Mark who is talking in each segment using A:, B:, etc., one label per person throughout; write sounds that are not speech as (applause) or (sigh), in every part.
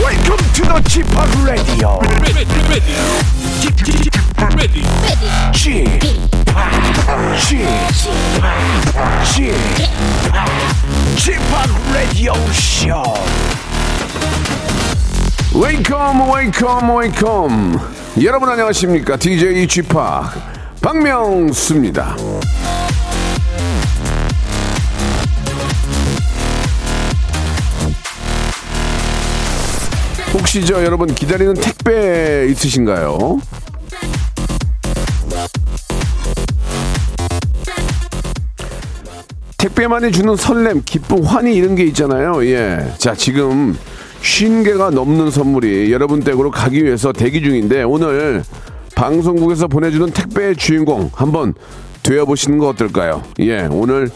A: Welcome to the g p o p Radio.
B: ready, ready, ready, ready.
A: g p o p g p o p g p o p Radio Show.
C: 웨이컴 웨이컴 웨이컴 여러분 안녕하십니까 DJ g p o p 박명수입니다 혹시 저 여러분 기다리는 택배 있으신가요? 택배만이 주는 설렘, 기쁨, 환희 이런 게 있잖아요. 예. 자, 지금 50개가 넘는 선물이 여러분 댁으로 가기 위해서 대기 중인데 오늘 방송국에서 보내주는 택배의 주인공 한번 되어보시는 거 어떨까요? 예, 오늘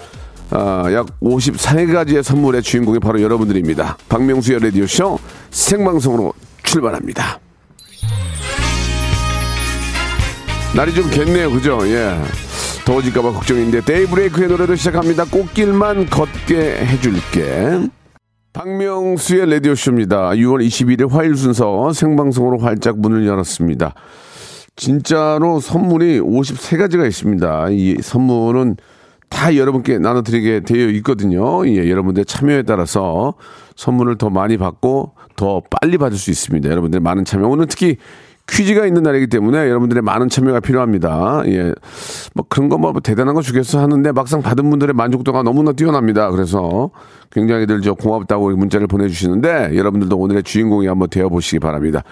C: 아, 약 54가지의 선물의 주인공이 바로 여러분들입니다. 박명수의 라디오쇼 생방송으로 출발합니다. 날이 좀 겠네요, 그죠? 예. 더워질까봐 걱정인데 데이브레이크의 노래로 시작합니다. 꽃길만 걷게 해줄게. 박명수의 라디오쇼입니다. 6월 21일 화요일 순서 생방송으로 활짝 문을 열었습니다. 진짜로 선물이 53가지가 있습니다. 이 선물은 다 여러분께 나눠드리게 되어 있거든요. 예, 여러분들 의 참여에 따라서 선물을 더 많이 받고 더 빨리 받을 수 있습니다. 여러분들 의 많은 참여. 오늘 특히 퀴즈가 있는 날이기 때문에 여러분들의 많은 참여가 필요합니다. 예. 뭐 그런 거 뭐 대단한 거 주겠어 하는데 막상 받은 분들의 만족도가 너무나 뛰어납니다. 그래서 굉장히들 저 고맙다고 문자를 보내주시는데 여러분들도 오늘의 주인공이 한번 되어보시기 바랍니다.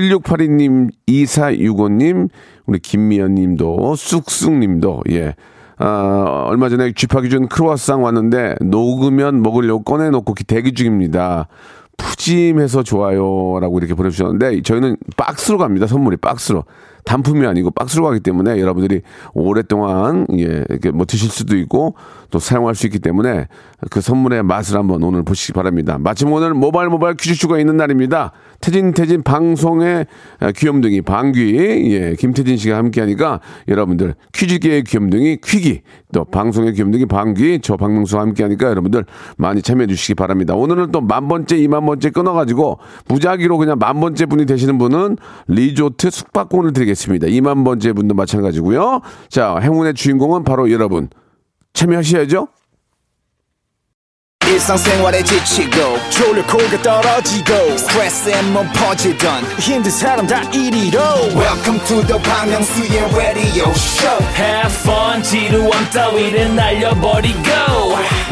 C: 7682님, 2465님, 우리 김미연 님도, 쑥쑥 님도, 예. 아, 얼마 전에 쥐파기 준 크로아상 왔는데 녹으면 먹으려고 꺼내놓고 대기 중입니다. 푸짐해서 좋아요라고 이렇게 보내주셨는데 저희는 박스로 갑니다 선물이 박스로 단품이 아니고 박스로 가기 때문에 여러분들이 오랫동안 예 이렇게 뭐 드실 수도 있고 또 사용할 수 있기 때문에 그 선물의 맛을 한번 오늘 보시기 바랍니다 마침 오늘 모바일 모바일 퀴즈쇼가 있는 날입니다 태진 태진 방송의 아, 귀염둥이 방귀 예 김태진 씨가 함께하니까 여러분들 퀴즈계의 귀염둥이 퀴기 또 방송의 귀염둥이 방귀 저 박명수와 함께하니까 여러분들 많이 참여해 주시기 바랍니다 오늘은 또 만 번째 이만 번째 끊어가지고 무작위로 그냥 만 번째 분이 되시는 분은 리조트 숙박권을 드리겠습니다. 2만 번째 분도 마찬가지고요. 자, 행운의 주인공은 바로 여러분. 참여하셔야죠.
D: 일상생활에 지치고, 졸려 코가 떨어지고, 스트레스에 몸 퍼지던, 힘든 사람 다 이리로. welcome to the Bang Myung-soo's radio show
E: Have fun 지루함 따위를 날려버리고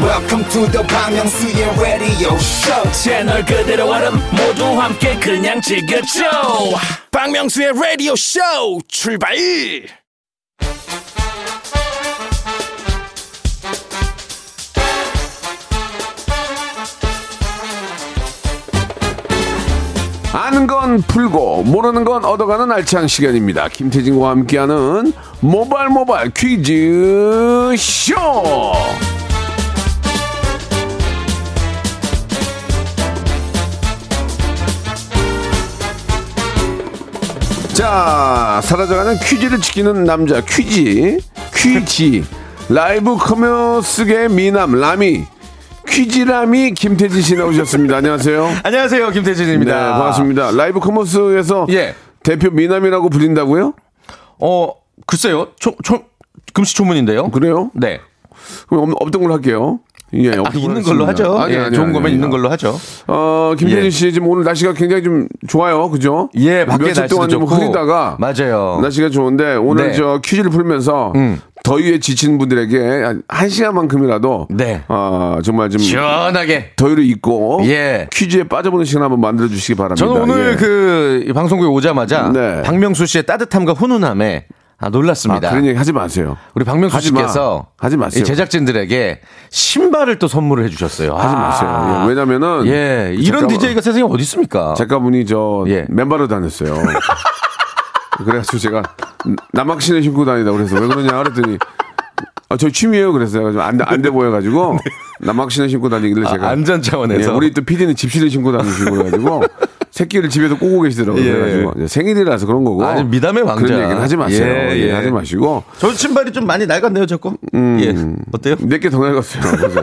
D: welcome to the Bang Myung-soo's radio show
E: 채널 그대로 얼음 모두 함께 그냥 즐겨줘
B: 박명수의 라디오 쇼 출발!
C: 아는 건 풀고 모르는 건 얻어가는 알찬 시간입니다. 김태진과 함께하는 모발 모발 퀴즈 쇼. 자, 사라져가는 퀴즈를 지키는 남자 퀴즈 퀴즈 라이브 커머스계 미남 라미 퀴즈라미 김태진 씨 나오셨습니다. 안녕하세요.
F: 안녕하세요, 김태진입니다.
C: 네, 반갑습니다. 라이브 커머스에서
F: 예.
C: 대표 미남이라고 불린다고요?
F: 어, 글쎄요, 초, 초, 금시초문인데요.
C: 그래요?
F: 네.
C: 그럼 없- 없던 걸로 할게요. 예,
F: 아,
C: 없던 걸로
F: 있는 걸로
C: 하겠습니다.
F: 하죠.
C: 아니,
F: 예,
C: 아니,
F: 좋은
C: 아니,
F: 거면
C: 아니.
F: 있는 걸로 하죠.
C: 어, 김태진
F: 예.
C: 씨 지금 오늘 날씨가 굉장히 좀 좋아요. 그죠? 뭐
F: 예, 밖에
C: 며칠
F: 날씨도
C: 동안 좀
F: 좋고.
C: 흐리다가
F: 맞아요.
C: 날씨가 좋은데 오늘
F: 네.
C: 저 퀴즈를 풀면서
F: 음.
C: 더위에 지친 분들에게 한- 한 시간만큼이라도
F: 네.
C: 아, 정말 좀
F: 시원하게.
C: 더위를 잊고
F: 예.
C: 퀴즈에 빠져보는 시간 한번 만들어 주시기 바랍니다.
F: 저는 오늘
C: 예.
F: 그이 방송국에 오자마자
C: 네.
F: 박명수 씨의 따뜻함과 훈훈함에 아,
C: 아,
F: 놀랐습니다.
C: 그런 얘기 하지 마세요.
F: 우리 박명수
C: 하지 마.
F: 씨께서
C: 하지 마세요.
F: 이 제작진들에게 신발을 또 선물을 해주셨어요. 아,
C: 하지 마세요. 그 예, 왜냐면은
F: 예, 이런
C: 작가가-
F: DJ가 세상에 어디 있습니까?
C: 작가분이 저
F: 예.
C: 맨발로 다녔어요. (laughs) 그래가지고 제가 남학신을 신고 다니다 그래서 왜 그러냐 그랬더니 아, 저 취미예요 그랬어요. 그래서 안돼 안돼
F: (laughs)
C: 보여가지고 남학신을 신고 다니길래
F: 네. 아,
C: 제가
F: 안전 차원에서.
C: 예, 우리 또 PD는 집신을 신고 다니시고 그래가지고 새끼를 집에서 꼬고 계시더라고요.
F: 예.
C: 그래가지고 이제 생일이라서 그런 거고.
F: 아주 미담의 왕자.
C: 그런 얘기는 하지 마세요.
F: 예, 예.
C: 예, 하지 마시고
F: 저 신발이 좀 많이 낡았네요, 자꾸. 예. 어때요?
C: 내게더 낡았어요. 그래서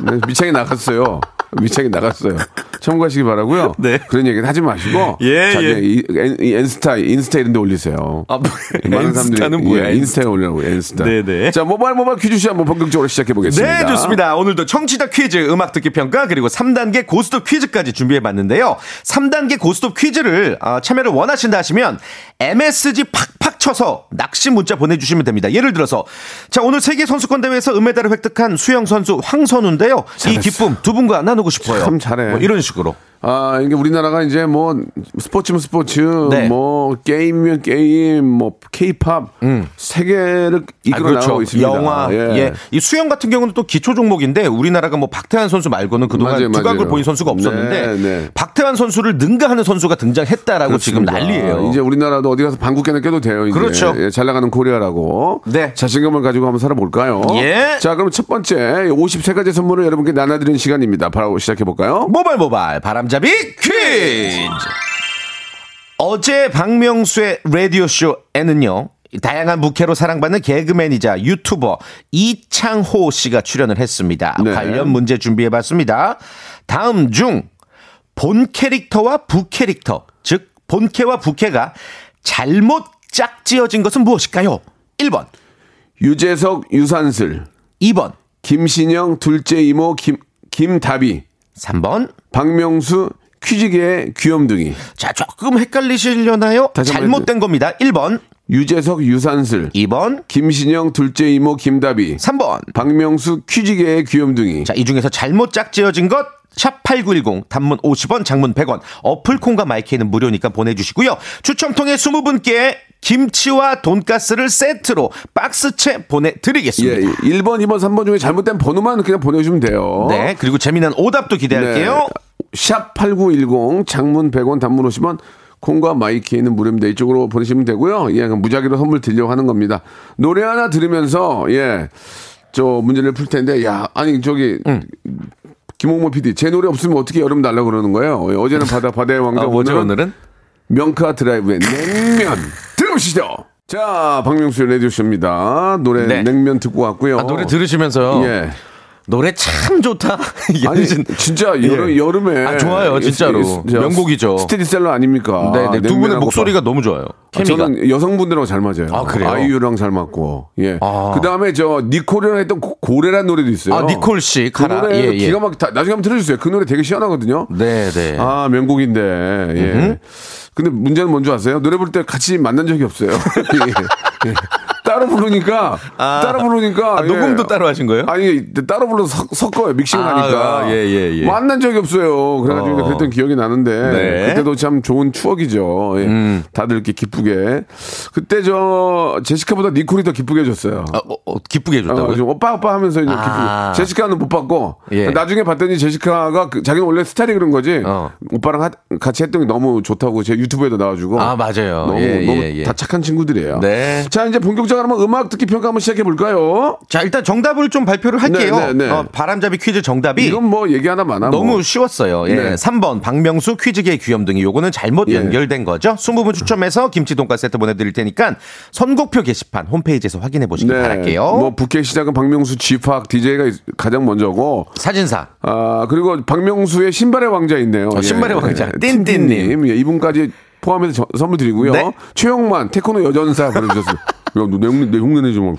C: 네, 밑창이 나갔어요. 밑창이 나갔어요. 참고하시기 바라고요.
F: 네.
C: 그런 얘기는 하지 마시고
F: 예,
C: 자기
F: 예.
C: 이- 엔- 이 엔스타 인스타 이런 데 올리세요.
F: 아, 뭐,
C: 많은 사람들이
F: 인스타는 뭐야,
C: 예, 인스타에 올리라고 인스타.
F: 네, 네.
C: 자 모바일 모바일 퀴즈 시 한번 본격적으로 시작해 보겠습니다.
F: 네, 좋습니다. 오늘도 청취자 퀴즈, 음악 듣기 평가, 그리고 3단계 고스톱 퀴즈까지 준비해 봤는데요. 3단계 고스톱 퀴즈를 아, 참여를 원하신다 하시면 MSG 팍팍 쳐서 낚시 문자 보내주시면 됩니다. 예를 들어서 자 오늘 세계 선수권 대회에서 은메달을 획득한 수영 선수 황선우인데요. 이 기쁨 두 분과 나누고 싶어요.
C: 참 잘해.
F: 뭐 이런 식으로.
C: 아, 이게 우리나라가 이제 뭐 스포츠면 스포츠,
F: 네.
C: 뭐 게임면 게임, 뭐 케이팝 세계를
F: 음. 아,
C: 이끌어 나가고 있습니다.
F: 영화. 예. 이 수영 같은 경우는 또 기초 종목인데 우리나라가 뭐 박태환 선수 말고는 그동안
C: 맞아요,
F: 두각을
C: 맞아요.
F: 보인 선수가 없었는데
C: 네, 네.
F: 박태환 선수를 능가하는 선수가 등장했다라고 지금
C: 그렇습니다. 아,
F: 난리예요.
C: 이제 우리나라도 어디 가서 방국계는 껴도 돼요. 이제.
F: 그렇죠.
C: 예, 잘 나가는 코리아라고.
F: 네.
C: 자신감을 가지고 한번 살아볼까요?
F: 예.
C: 자, 그럼 첫 번째 53가지 선물을 여러분께 나눠드리는 시간입니다. 바로 시작해볼까요?
F: 모발 모발 바람잡이 퀴즈. 어제 박명수의 라디오 쇼에는요. 다양한 무게로 사랑받는 개그맨이자 유튜버 이창호 씨가 출연을 했습니다.
C: 네.
F: 관련 문제 준비해 봤습니다. 다음 중 본 캐릭터와 부캐릭터, 즉 본캐와 부캐가 잘못 짝지어진 것은 무엇일까요? 1번,
C: 유재석, 유산슬,
F: 2번,
C: 김신영, 둘째 이모, 김, 김다비,
F: 3번.
C: 박명수, 퀴즈계의 귀염둥이.
F: 자, 조금 헷갈리시려나요?
C: 다시 한번
F: 잘못된 겁니다. 1번,
C: 유재석 유산슬
F: 2번,
C: 김신영 둘째 이모 김다비
F: 3번.
C: 박명수 퀴즈계의 귀염둥이
F: 자, 이 중에서 잘못 짝지어진 것, 샵8910, 단문 50원, 장문 100원, 어플콘과 마이크는 무료니까 보내주시고요. 추첨 통해 20분께 김치와 돈가스를 세트로 박스채
C: 예,
F: 보내드리겠습니다.
C: 1번 2번 3번 중에 잘못된 번호만 그냥 보내주시면 돼요
F: 네, 그리고 재미난 오답도 기대할게요.
C: 네. 샵8910 장문 100원 단문 50원 콩과 마이키에는 무료입니다. 이쪽으로 보내시면 되고요. 예, 그럼 무작위로 선물 드리려고 하는 겁니다. 노래 하나 들으면서 예. 저 문제를 풀 텐데 야, 아니 저기 김홍모 PD 제 노래 없으면 어떻게 여름 날라 그러는 거예요? 예, 어제는 바다 바다의 왕자
F: 아, 뭐죠,
C: 오늘은
F: 오늘은?
C: 명카 드라이브의 냉면 들어보시죠. 자, 박명수의 라디오쇼입니다. 노래
F: 네.
C: 냉면 듣고 왔고요.
F: 아, 노래 들으시면서요.
C: 어. 예.
F: 노래 참 좋다. (laughs)
C: 아니
F: 예진.
C: 진짜 여름,
F: 예.
C: 여름에
F: 아, 좋아요, 진짜로. 명곡이죠.
C: 스테디셀러 아닙니까?
F: 네, 네. 두 분의
C: 냉면하고
F: 목소리가
C: 밥.
F: 너무 좋아요.
C: 아,
F: 케미가.
C: 저는 여성분들하고 잘 맞아요.
F: 아, 그래요?
C: 유랑잘 맞고. 예.
F: 아.
C: 그다음에 저 니콜이랑 했던 고- 고래란 노래도 있어요.
F: 아, 니콜 씨,
C: 그
F: 가라.
C: 노래
F: 예, 예.
C: 기가 막 나중에 한번 틀어주세요. 그 노래 되게 시원하거든요.
F: 네, 네.
C: 아 명곡인데 예. 근데 문제는 뭔지 아세요? 노래 부를 때 같이 만난 적이 없어요. (laughs) 예. 예. 따로 부르니까 따로 부르니까
F: 아, 녹음도 따로 하신 거예요?
C: 아니 따로 불러서 섞- 섞어요 믹싱을
F: 아,
C: 하니까
F: 아, 예, 예, 예.
C: 만난 적이 없어요. 그래가지고
F: 어.
C: 그랬던 기억이 나는데
F: 네. 음.
C: 그때도 참 좋은 추억이죠. 예. 다들 이렇게 기쁘게 그때 저 제시카보다 니콜이 더 기쁘게 해줬어요.
F: 아, 어, 어, 기쁘게 해줬다고요?
C: 어, 좀 오빠 오빠 하면서 이제
F: 아.
C: 기쁘게 제시카는 못 봤고
F: 예.
C: 나중에 봤더니 제시카가 그- 자기는 원래 스타일이 그런 거지
F: 어.
C: 오빠랑 하- 같이 했던 게 너무 좋다고 제 유튜브에도 나와주고
F: 아, 맞아요.
C: 너무
F: 예,
C: 너무
F: 예, 예.
C: 다 착한 친구들이에요.
F: 네.
C: 자 이제 본격적으로 한번 음악 듣기 평가 한번 시작해 볼까요?
F: 자, 일단 정답을 좀 발표를 할게요.
C: 네, 네, 네.
F: 어, 바람잡이 퀴즈 정답이
C: 이건 뭐 얘기 하나 많아. 뭐.
F: 예. 너무 쉬웠어요. 예.
C: 네. 예.
F: 3번 박명수 퀴즈계 귀염둥이 요거는 잘못 연결된 거죠. 20분 추첨해서 김치 돈가스 세트 보내드릴 테니까 선곡표 게시판 홈페이지에서 확인해 보시길 바랄게요.
C: 뭐 부캐 시작은 박명수, 지팍, DJ가 가장 먼저고
F: 사진사
C: 아 그리고 박명수의 신발의 왕자 있네요.
F: 어, 신발의 왕자.
C: 띵띵님 예, 이분까지 포함해서 저- 선물 드리고요.
F: 네.
C: 최영만 테크노 여전사 보내주셨어요.
F: (laughs)
C: 야너 내용 내 흉내내 좀.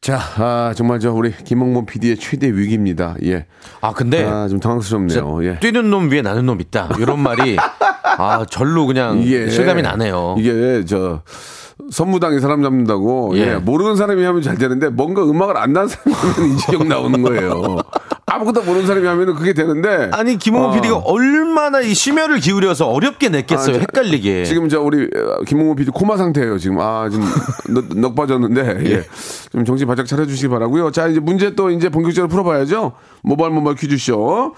C: 자, 아, 정말 저 우리 김홍범 PD의 최대 위기입니다. 예.
F: 아, 근데
C: 아, 좀 당황스럽네요. 예.
F: 뛰는 놈 위에 나는 놈 있다. 이런
C: (laughs)
F: 말이 아 절로 그냥
C: 이게-
F: 실감이 나네요.
C: 이게 저 선무당이 사람 잡는다고
F: 예.
C: 예, 모르는 사람이 하면 잘 되는데 뭔가 음악을 안 나는 사람이 하면 이지경 나오는 거예요. 아무것도 모르는 사람이 하면은 그게 되는데.
F: 아니 김홍호
C: 어.
F: PD가 얼마나 이 심혈을 기울여서 어렵게 냈겠어요.
C: 아, 저-
F: 헷갈리게.
C: 지금 저 우리 어, 김홍호 PD 코마 상태예요. 지금 아
F: (laughs)
C: 지금 넉, 넉 빠졌는데 예. 좀 정신 바짝 차려주시기 바라고요. 자 이제 문제 또 이제 본격적으로 풀어봐야죠. 모발 모발 퀴즈쇼.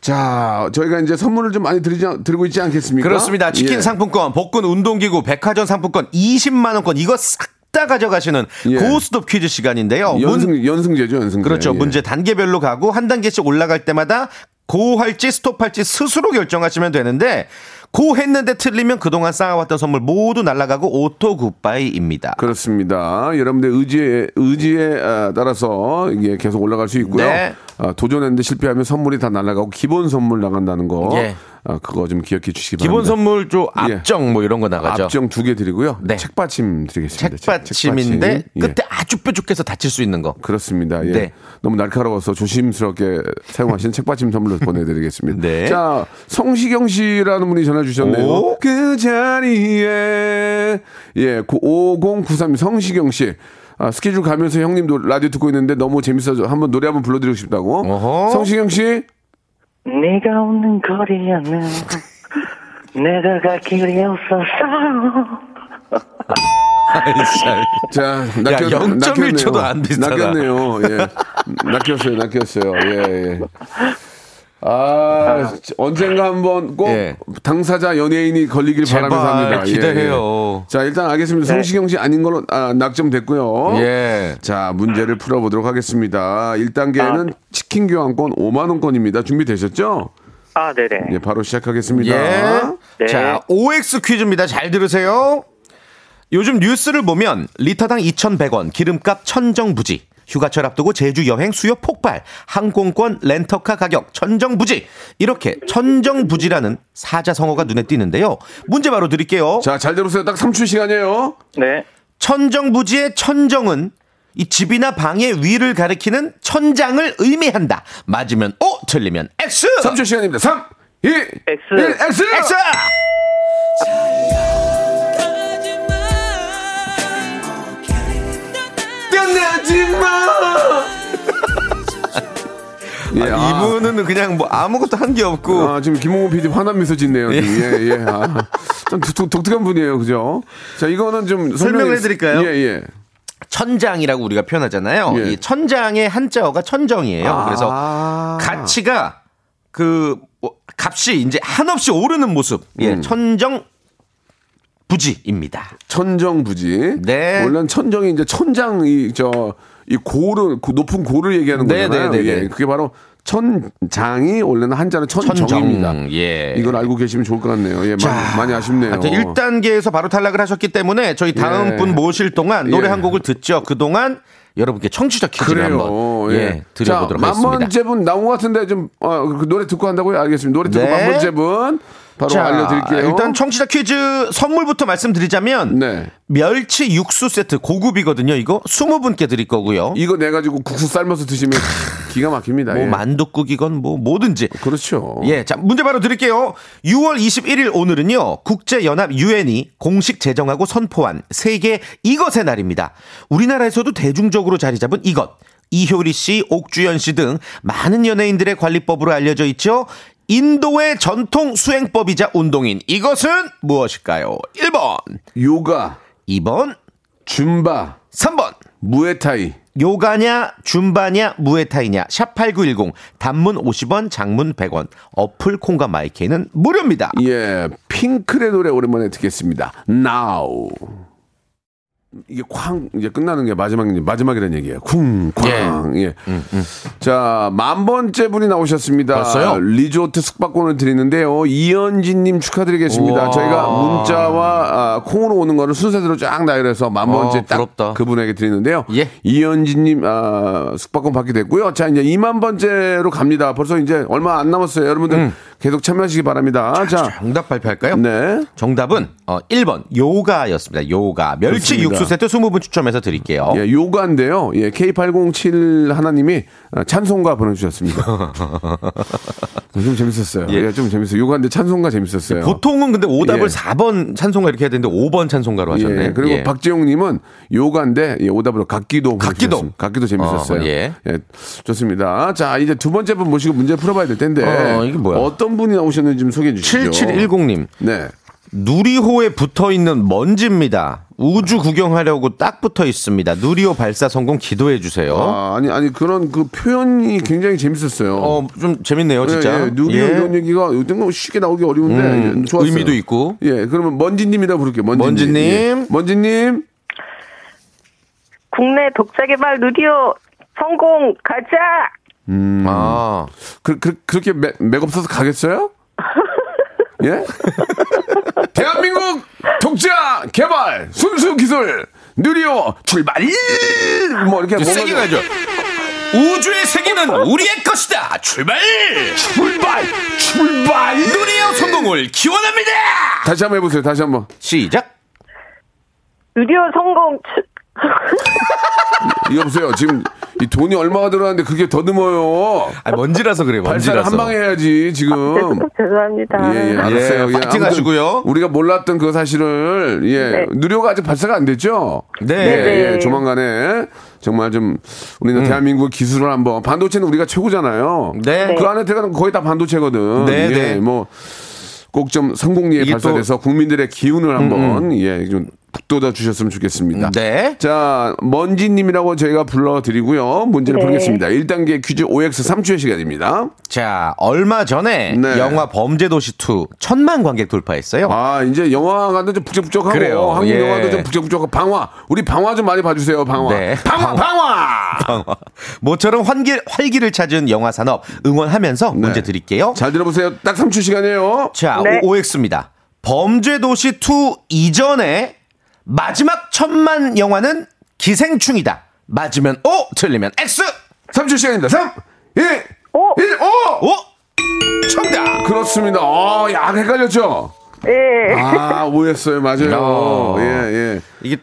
C: 자 저희가 이제 선물을 좀 많이 드리지 않- 드리고 있지 않겠습니까?
F: 그렇습니다. 치킨
C: 예.
F: 상품권, 복근 운동기구, 백화점 상품권 20만 원권 이거 싹 다 가져가시는
C: 예.
F: 고스톱 퀴즈 시간인데요. 어, 문-
C: 연승 연승제죠 예. 연승.
F: 그렇죠. 문제 단계별로 가고 한 단계씩 올라갈 때마다 고할지 스톱할지 스스로 결정하시면 되는데 고했는데 틀리면 그동안 쌓아왔던 선물 모두 날아가고 오토 굿바이입니다.
C: 그렇습니다. 여러분들 의지에 의지에 아, 따라서 이게 계속 올라갈 수 있고요.
F: 네.
C: 아, 도전했는데 실패하면 선물이 다 날아가고 기본 선물 나간다는 거.
F: 예.
C: 아, 그거 좀 기억해 주시기
F: 기본
C: 바랍니다.
F: 선물 좀
C: 예.
F: 앞정 뭐 이런 거 나가죠.
C: 앞정 두 개 드리고요.
F: 네.
C: 책받침 드리겠습니다.
F: 책받침인데
C: 책받침. 예.
F: 끝에 아주 뾰족해서 다칠 수 있는 거. (laughs)
C: 그렇습니다. 예.
F: 네.
C: 너무 날카로워서 조심스럽게 사용하시는 책받침
F: (laughs)
C: 선물로 보내드리겠습니다.
F: 네.
C: 자, 성시경 씨라는 분이 전화 주셨네요.
F: 오.
C: 그 자리에 예, 5093 성시경 씨. 아, 스케줄 가면서 형님도 라디오 듣고 있는데 너무 재밌어서 한번 노래 한번 불러드리고 싶다고.
F: 어허.
C: 성시경 씨,
G: 네가 없는
C: (laughs)
G: 거리에는 내가 갈 길이 없었어.
C: 자,
F: 야,
C: 낚였,
F: 0.1 초도 안 비슷하다.
C: 낚였네요. 예. 낚였어요, 낚였어요. 예, 예. 아, 언젠가 한번 꼭
F: 예.
C: 당사자 연예인이 걸리길
F: 제발
C: 바라면서 합니다. 예,
F: 기대해요. 네.
C: 예. 자, 일단 알겠습니다. 성시경 씨 아닌 걸로 아, 낙점됐고요.
F: 예.
C: 자, 문제를 풀어보도록 하겠습니다.
F: 아.
C: 1단계는 치킨 교환권 5만원권입니다. 준비되셨죠?
G: 아, 네네.
C: 예, 바로 시작하겠습니다.
F: 예.
G: 네.
F: 자, OX 퀴즈입니다. 잘 들으세요. 요즘 뉴스를 보면 리터당 2,100원, 기름값 천정부지, 휴가철 앞두고 제주 여행 수요 폭발, 항공권 렌터카 가격 천정부지. 이렇게 천정부지라는 사자성어가 눈에 띄는데요. 문제 바로 드릴게요.
C: 자, 잘 들으세요. 딱 3초 시간이에요.
G: 네.
F: 천정부지의 천정은 이 집이나 방의 위를 가리키는 천장을 의미한다. 맞으면 O, 틀리면 X.
C: 3초 시간입니다. 3, 2,
G: X.
C: 1, X!
F: X.
C: 떠나지 마. 예,
F: 아,
C: 아,
F: 이분은 그냥 뭐 아무것도 한 게 없고
C: 아, 지금 김홍호 PD 화난 미소 짓네요. 지금. 예, 예. 아, 좀 독, 독특한 분이에요, 그죠? 자, 이거는 좀
F: 설명을 해드릴까요?
C: 예, 예.
F: 천장이라고 우리가 표현하잖아요.
C: 예.
F: 이 천장의 한자어가 천정이에요. 예, 그래서
C: 아,
F: 가치가 그뭐 값이 이제 한없이 오르는 모습. 예,
C: 음.
F: 천정 부지입니다.
C: 천정부지.
F: 네.
C: 원래는 천정이 이제 천장이 저 이 고를 고- 높은 고를 얘기하는
F: 네,
C: 거잖아요.
F: 네, 네,
C: 예,
F: 네.
C: 그게 바로 천장이 원래는 한자는
F: 천정.
C: 천정입니다.
F: 예.
C: 이걸 알고 계시면 좋을 것 같네요. 예, 많이, 많이 아쉽네요.
F: 하여튼 1단계에서 바로 탈락을 하셨기 때문에 저희 다음
C: 예.
F: 분 모실 동안 노래
C: 예.
F: 한 곡을 듣죠. 그동안 여러분께 청취자 퀴즈를 한번 예, 드려보도록
C: 자,
F: 하겠습니다.
C: 만 번째 분 나온 것 같은데 좀 어, 그 노래 듣고 한다고요? 알겠습니다. 노래 듣고
F: 네.
C: 만 번째 분 바로
F: 자,
C: 알려드릴게요.
F: 일단 청취자 퀴즈 선물부터 말씀드리자면
C: 네.
F: 멸치 육수 세트 고급이거든요. 이거 20분께 드릴 거고요.
C: 이거 내 가지고 국수 삶아서 드시면 기가 막힙니다.
F: 뭐
C: 예.
F: 만둣국이건 뭐 뭐든지.
C: 그렇죠.
F: 예, 자 문제 바로 드릴게요. 6월 21일 오늘은요 국제연합 유엔이 공식 제정하고 선포한 세계 이것의 날입니다. 우리나라에서도 대중적으로 자리 잡은 이것 이효리 씨, 옥주현 씨 등 많은 연예인들의 관리법으로 알려져 있죠. 인도의 전통 수행법이자 운동인 이것은 무엇일까요? 1번,
C: 요가,
F: 2번,
C: 줌바,
F: 3번.
C: 무에타이.
F: 요가냐, 줌바냐, 무에타이냐, 샵8910, 단문 50원, 장문 100원, 어플 콩과 마이케는 무료입니다.
C: 예, 핑클의 노래 오랜만에 듣겠습니다. Now. 이게 쾅 이제 끝나는 게 마지막 마지막이라는 얘기예요. 쿵 쾅. 예.
F: 음,
C: 자, 만 번째 분이 나오셨습니다.
F: 벌써요?
C: 리조트 숙박권을 드리는데요. 이현진 님 축하드리겠습니다.
F: 우와.
C: 저희가 문자와 아, 콩으로 오는 거를 순서대로 쫙 나열해서 만 번째 딱
F: 어, 부럽다.
C: 그분에게 드리는데요.
F: 예.
C: 이현진 님
F: 음.
C: 아, 숙박권 받게 됐고요. 자, 이제 2만 번째로 갑니다. 벌써 이제 얼마 안 남았어요. 여러분들 계속 참여하시기 바랍니다. 자,
F: 정답 발표할까요?
C: 네.
F: 정답은 어, 1번 요가였습니다. 요가. 멸치
C: 좋습니다.
F: 육수 세트 20분 추첨해서 드릴게요.
C: 예, 요가인데요. 예, K807 하나님이 아, 찬송가
F: (laughs)
C: 보내주셨습니다. 좀 재밌었어요. 예,
F: 예.
C: 좀 재밌어요. 요가인데 찬송가 재밌었어요.
F: 보통은 근데 오답을
C: 예.
F: 4번 찬송가 이렇게 해야 되는데 5번 찬송가로 하셨네.
C: 예, 그리고
F: 예.
C: 박지용님은 요가인데 예, 오답으로 각기도
F: 각기도.
C: 보내주셨습니다. 각기도 재밌었어요.
F: 어,
C: 예.
F: 예.
C: 좋습니다. 자 이제 두 번째 분 모시고 문제 풀어봐야 될 텐데
F: 어, 이게 뭐야?
C: 어떤 분이 나오셨는지 좀 소개해 주시죠.
F: 7710님.
C: 네.
F: 누리호에 붙어 있는 먼지입니다. 우주 구경하려고 딱 붙어 있습니다. 누리호 발사 성공 기도해 주세요.
C: 아, 아니 아니 그런 그 표현이 굉장히 재밌었어요.
F: 어, 좀 재밌네요, 진짜.
C: 예, 예, 누리
F: 예.
C: 이런 얘기가 요즘 뭐 쉽게 나오기 어려운데
F: 음,
C: 예, 좋았어요.
F: 의미도 있고.
C: 예, 그러면 먼지님이라 부를게요. 먼지님.
F: 먼지님.
C: 예. 먼지님.
H: 국내 독자 개발 누리호 성공 가자.
C: 음.
F: 아,
C: 그, 그, 그렇게 매, 맥 없어서 가겠어요?
F: (laughs)
C: 예? 대한민국 독자 개발 순수 기술 느리오 출발 뭐 이렇게 뭔가
F: 세게
C: 좀-
F: 가죠. 우주의 세계는 우리의 것이다. 출발!
C: 출발 출발
F: 누리호 성공을 기원합니다.
C: 다시 한번 해보세요 다시 한번
F: 시작.
H: 누리호 성공 추-
C: 이거 보세요 지금 이 돈이 얼마가 들어갔는데 그게 더듬어요
F: 아, 먼지라서 그래.
C: 발사를
F: 먼지라서.
C: 한 방에 해야지 지금
H: 네, 죄송합니다.
C: 음. 예, 예, 알았어요.
F: 예,
C: 예,
F: 파이팅
C: 아무튼
F: 하시고요.
C: 우리가 몰랐던 그 사실을, 예,
H: 네.
C: 누려가 아직 발사가 안 됐죠?
F: 네.
C: 예,
H: 네.
C: 예, 조만간에 정말 좀 우리는 대한민국 기술을 한번, 반도체는 우리가 최고잖아요.
F: 음. 네.
C: 그 안에 들어가는 거 거의 다 반도체거든.
F: 네,
C: 예,
F: 네.
C: 뭐, 꼭 좀 성공리에
F: 이게 음,
C: 발사돼서 국민들의 기운을 한번, 예, 좀 북돋아 주셨으면 좋겠습니다.
F: 네.
C: 자, 먼지님이라고 저희가 불러드리고요. 문제를
H: 네.
C: 풀겠습니다. 1단계 퀴즈 OX 3초의 시간입니다.
F: 자, 얼마 전에
C: 네.
F: 영화 범죄도시 2 천만 관객 돌파했어요.
C: 아 이제 영화관도 좀 북적북적하고
F: 그래요.
C: 한국
F: 예.
C: 영화도 좀 북적북적하고 방화 우리 방화 좀 많이 봐주세요 방화
F: 네.
C: 방화 방화
F: 모처럼 환기, 활기를 찾은 영화 산업
C: 네.
F: 응원하면서 문제 드릴게요.
C: 잘 들어보세요 딱 3초 시간이에요
F: 자,
H: 네.
F: 오 OX입니다. 범죄도시 2 이전에 마지막 천만 영화는 기생충이다. 맞으면 O, 틀리면 X.
C: 3초 시간입니다 3 2
H: 오!
C: 1 5
F: O. 정답.
C: 그렇습니다 아야 헷갈렸죠
H: 예.
C: 아 오했어요 맞아요
F: 어.
C: 예예
F: 이게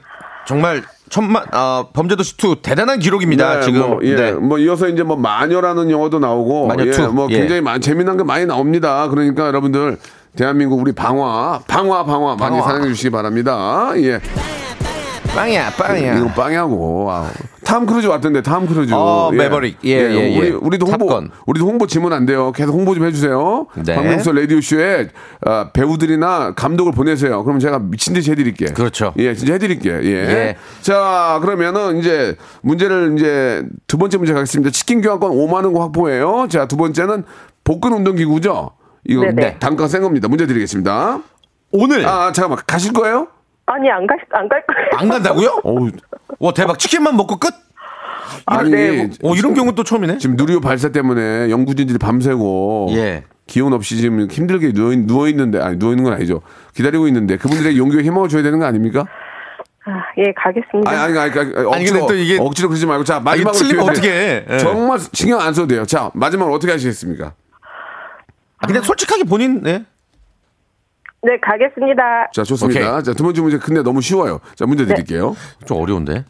F: 정말 천만 아, 범죄도시 2 대단한 기록입니다. 지금
C: 뭐, 예,
F: 네.
C: 뭐 이어서 이제 뭐 마녀라는 영화도 나오고
F: 마녀
C: 예,
F: 투,
C: 뭐
F: 예.
C: 굉장히 많- 재미난 게 많이 나옵니다. 그러니까 여러분들 대한민국 우리 방화 방화 방화 많이
F: 방화.
C: 사랑해 주시기 바랍니다. 예.
F: 빵이야, 빵이야.
C: 네, 이거 빵이하고. 아우. 탐 크루즈 왔던데 탐 크루즈.
F: 어, 매버릭. 예, 예, 예.
C: 우리 우리도 홍보
F: 탑건.
C: 우리도 홍보 지문 안 돼요. 계속 홍보 좀 해주세요.
F: 네.
C: 박명수 라디오 쇼에 아, 배우들이나 감독을 보내세요. 그럼 제가 미친 듯이 해드릴게.
F: 그렇죠.
C: 예, 진짜 해드릴게. 예.
F: 예.
C: 자, 그러면은 이제 문제를 이제 두 번째 문제 가겠습니다. 치킨 교환권 5만 원 확보해요. 자, 두 번째는 복근 운동기구죠. 이거
H: 네네.
C: 단가 센 겁니다. 문제 드리겠습니다.
F: 오늘
C: 아, 잠깐만 가실 거예요?
H: 아니 안 갈 안 갈 거예요.
F: 안 간다고요? 와 대박 치킨만 먹고 끝?
H: 아,
C: 이분이
H: 네.
F: 어 이런 경우 또 처음이네.
C: 예. 지금 누리호 발사 때문에 연구진들이 밤새고
F: 예.
C: 기운 없이 지금 힘들게 누워, 누워 있는데 아니 누워 있는 건 아니죠 기다리고 있는데 그분들에게 용기와 희망을 줘야 되는 거 아닙니까?
H: 아, 예, 가겠습니다.
C: 아니 아니 아니, 아니, 아니,
F: 네. 아니, 근데
C: 억지로
F: 또 이게-
C: 억지로 그러지 말고 자 마지막으로 기회
F: 틀리면
C: 드려요.
F: 어떡해. 예.
C: 정말 신경 안 써도 돼요 자 마지막으로 어떻게 하시겠습니까?
F: 아, 근데 솔직하게 본인 네.
H: 네, 가겠습니다.
C: 자 좋습니다
F: 오케이.
C: 자 두 번째 문제 근데 너무 쉬워요 자 문제 드릴게요
F: 좀 어려운데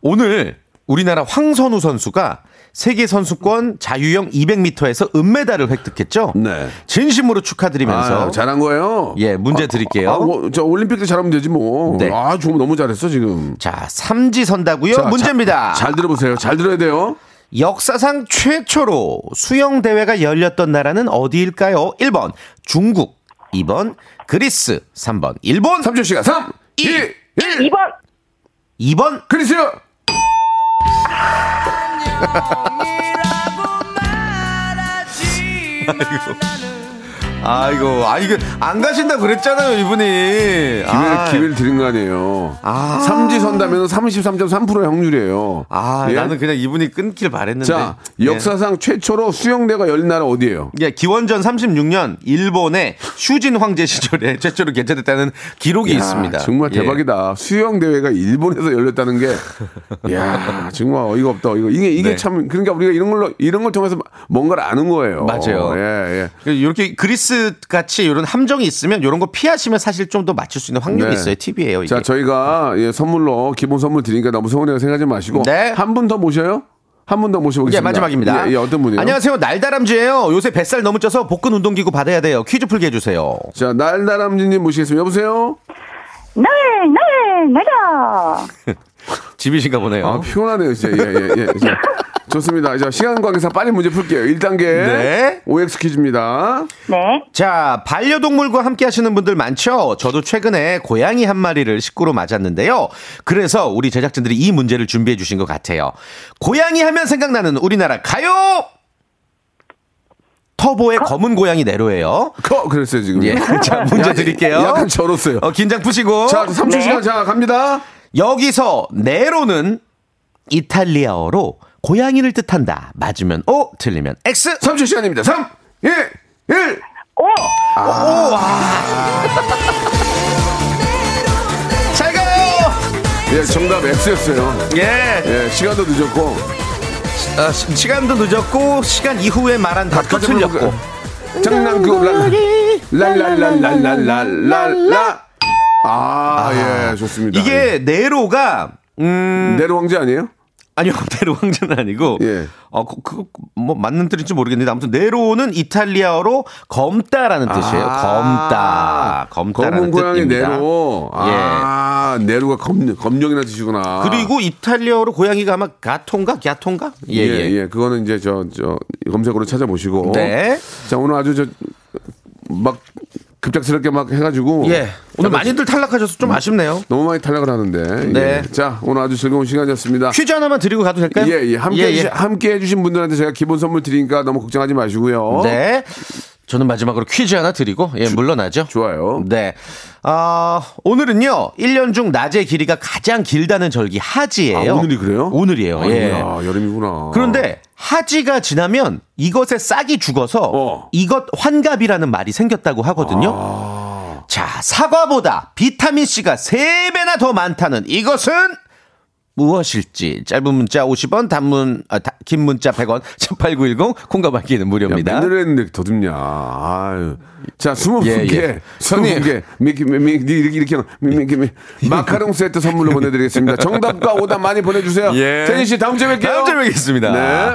F: 오늘 우리나라 황선우 선수가 세계 선수권 자유형 200m에서 은메달을 획득했죠.
C: 네.
F: 진심으로 축하드리면서
C: 아, 잘한 거예요
F: 예 문제 드릴게요.
C: 아, 뭐, 저 올림픽 때 잘하면 되지 뭐아
F: 네.
C: 좋은 너무 잘했어 지금
F: 자 삼지 선다고요.
C: 자,
F: 문제입니다.
C: 자, 잘 들어보세요 잘 들어야 돼요
F: 역사상 최초로 수영 대회가 열렸던 나라는 어디일까요? 1번 중국, 2번 그리스, 3번 일본,
C: 3초 시간 3 2 1
H: 2번
F: 2번
C: 그리스요
F: 아이고 아 이거 안 가신다 그랬잖아요 이분이
C: 기회를,
F: 아,
C: 기회를 드린 거 아니에요.
F: 아.
C: 삼지 선다면 33.3%의 확률이에요.
F: 아
C: 예?
F: 나는 예. 그냥 이분이 끊길 바랬는데
C: 자, 역사상 최초로 수영대가 열 나라 어디예요?
F: 예, 기원전 36년 일본의 슈진 황제 시절에 (laughs) 최초로 개최됐다는 기록이 있습니다.
C: 야, 아, 정말
F: 예.
C: 대박이다. 수영 대회가 일본에서 열렸다는 게, 야 정말 어이가 없다. 이거 이게 이게
F: 네.
C: 참 그러니까 우리가 이런 걸로 이런 걸 통해서 뭔가를 아는 거예요.
F: 맞아요.
C: 예, 예.
F: 이렇게 그리스 댄스 같이 이런 함정이 있으면 이런 거 피하시면 사실 좀 더 맞출 수 있는 확률이
C: 네.
F: 있어요. 팁이에요. 이게.
C: 자, 저희가 예, 선물로 기본 선물 드리니까 너무 서운해요. 생각하지 마시고
F: 네.
C: 한 분 더 모셔요. 한 분 더 모셔보겠습니다.
F: 예, 마지막입니다.
C: 예, 예, 어떤 분이요?
F: 안녕하세요. 날다람쥐예요. 요새 뱃살 너무 쪄서 복근 운동기구 받아야 돼요. 퀴즈 풀게 해주세요.
C: 자, 날다람쥐님 모시겠습니다. 여보세요.
H: 네, 네, 내가.
F: 집이신가 보네요.
C: 아, 피곤하네요, 진짜. 예, 예, 예. 자,
F: (laughs)
C: 좋습니다. 자, 시간 관계상 빨리 문제 풀게요. 1단계
F: 네.
C: OX 퀴즈입니다.
H: 네.
F: 자, 반려동물과 함께 하시는 분들 많죠? 저도 최근에 고양이 한 마리를 식구로 맞았는데요. 그래서 우리 제작진들이 이 문제를 준비해 주신 것 같아요. 고양이 하면 생각나는 우리나라 가요! 터보의 검은 고양이 내로예요.
C: 커! 그랬어요, 지금.
F: 예. (laughs) 자, 문제
C: 약간-
F: 드릴게요.
C: 약간 절었어요.
F: 어, 긴장 푸시고.
C: 자, 3초
H: 네.
C: 시간. 자, 갑니다.
F: 여기서 네로는 이탈리아어로 고양이를 뜻한다. 맞으면 O, 틀리면 X.
C: 3초 시간입니다. 3, 2, 1.
H: 오!
F: 잘 가요!
C: 예, 정답 X였어요.
F: 예.
C: 예, 시간도 늦었고.
F: 아, 시- 시간도 늦었고 시간 이후에 말한 답도
C: 가슴을
F: 틀렸고
C: 그- 장난꾸러 랄랄랄랄랄랄랄라. 아, 예, 좋습니다.
F: 이게 네로가 음
C: 예. 내로왕자 아니에요?
F: 아니요 (laughs) 네로 왕자는 아니고 어,
C: 예.
F: 어그뭐 맞는 뜻인지 모르겠는데 아무튼 네로는 이탈리아어로 검다라는 뜻이에요 검다 검다라는
C: 아. 검은 고양이
F: 뜻입니다. 예.
C: 내로. 아, 내로가 검, 검령이나 드시구나.
F: 그리고 이탈리아어로 고양이가 아마 가통가 갸통가
C: 예,
F: 예예
C: 예, 그거는 이제 저, 저, 검색으로 찾아보시고.
F: 네.
C: 자, 오늘 아주 저, 막, 급작스럽게 막 해가지고.
F: 예. 오늘 많이들 탈락하셔서
C: 음.
F: 좀 아쉽네요.
C: 너무 많이 탈락을 하는데. 예.
F: 네.
C: 자, 오늘 아주 즐거운 시간이었습니다.
F: 퀴즈 하나만 드리고 가도 될까요?
C: 예, 예. 함께, 해주시, 함께 해주신 분들한테 제가 기본 선물 드리니까 너무 걱정하지 마시고요.
F: 네. 저는 마지막으로 퀴즈 하나 드리고 예, 물러나죠.
C: 좋아요.
F: 네. 아, 오늘은요. 1년 중 낮의 길이가 가장 길다는 절기 하지예요.
C: 아, 오늘이 그래요?
F: 오늘이에요. 예.
C: 아이고야, 여름이구나.
F: 그런데 하지가 지나면 이것의 싹이 죽어서
C: 어.
F: 이것 환갑이라는 말이 생겼다고 하거든요.
C: 아.
F: 자, 사과보다 비타민 C가 세배나더 많다는 이것은 무엇일지 짧은 문자 50원, 단문 아, 다- 긴 문자 100원, (laughs) 18910 콩가받기는
C: 야,
F: 무료입니다.
C: 맨날 했는데 더듬냐. 아유. 자, 스무
F: 예,
C: 분께,
F: 예.
C: 스무
F: 형님.
C: 분께, 미키, 미, 미, 니 이렇게, 이렇게, 미, 미, 미, 미. 마카롱 세트 선물로 보내드리겠습니다. 정답과 오답 많이 보내주세요.
F: (laughs) 예.
C: 태진 씨, 다음 주에 뵐게요.
F: 다음 주에 뵙겠습니다.
C: 네.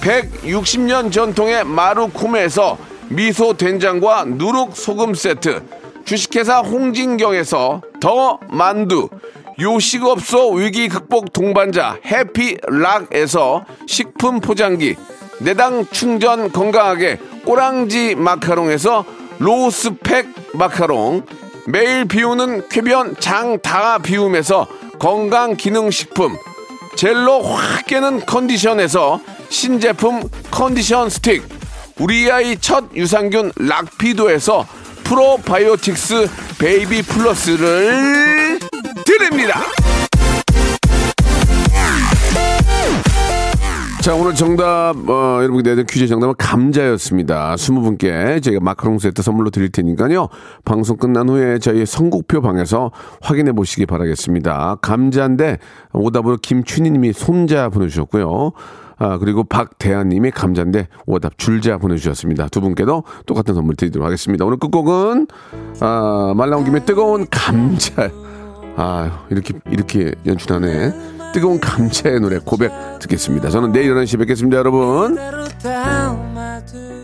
C: 160년 전통의 마루코메에서 미소 된장과 누룩 소금 세트 주식회사 홍진경에서 더 만두 요식업소 위기 극복 동반자 해피락에서 식품 포장기 내당 충전 건강하게 꼬랑지 마카롱에서 로스펙 마카롱 매일 비우는 쾌변 장다 비움에서 건강기능식품 젤로 확 깨는 컨디션에서 신제품 컨디션 스틱 우리 아이 첫 유산균 락피도에서 프로바이오틱스 베이비 플러스를 드립니다. 자 오늘 정답 어, 여러분 내는 퀴즈 정답은 감자였습니다. 20분께 저희가 마카롱 세트 선물로 드릴 테니까요. 방송 끝난 후에 저희 선곡표 방에서 확인해 보시기 바라겠습니다. 감자인데 오답으로 김춘희님이 손자 보내주셨고요. 아, 그리고 박대한님이 감자인데 오답 줄자 보내주셨습니다. 두 분께도 똑같은 선물 드리도록 하겠습니다. 오늘 끝곡은 아, 말 나온 김에 뜨거운 감자. 아 이렇게 이렇게 연출하네. 뜨거운 감자의 노래 고백 듣겠습니다. 저는 내일 11시에 뵙겠습니다, 여러분.
I: settle down, my dude.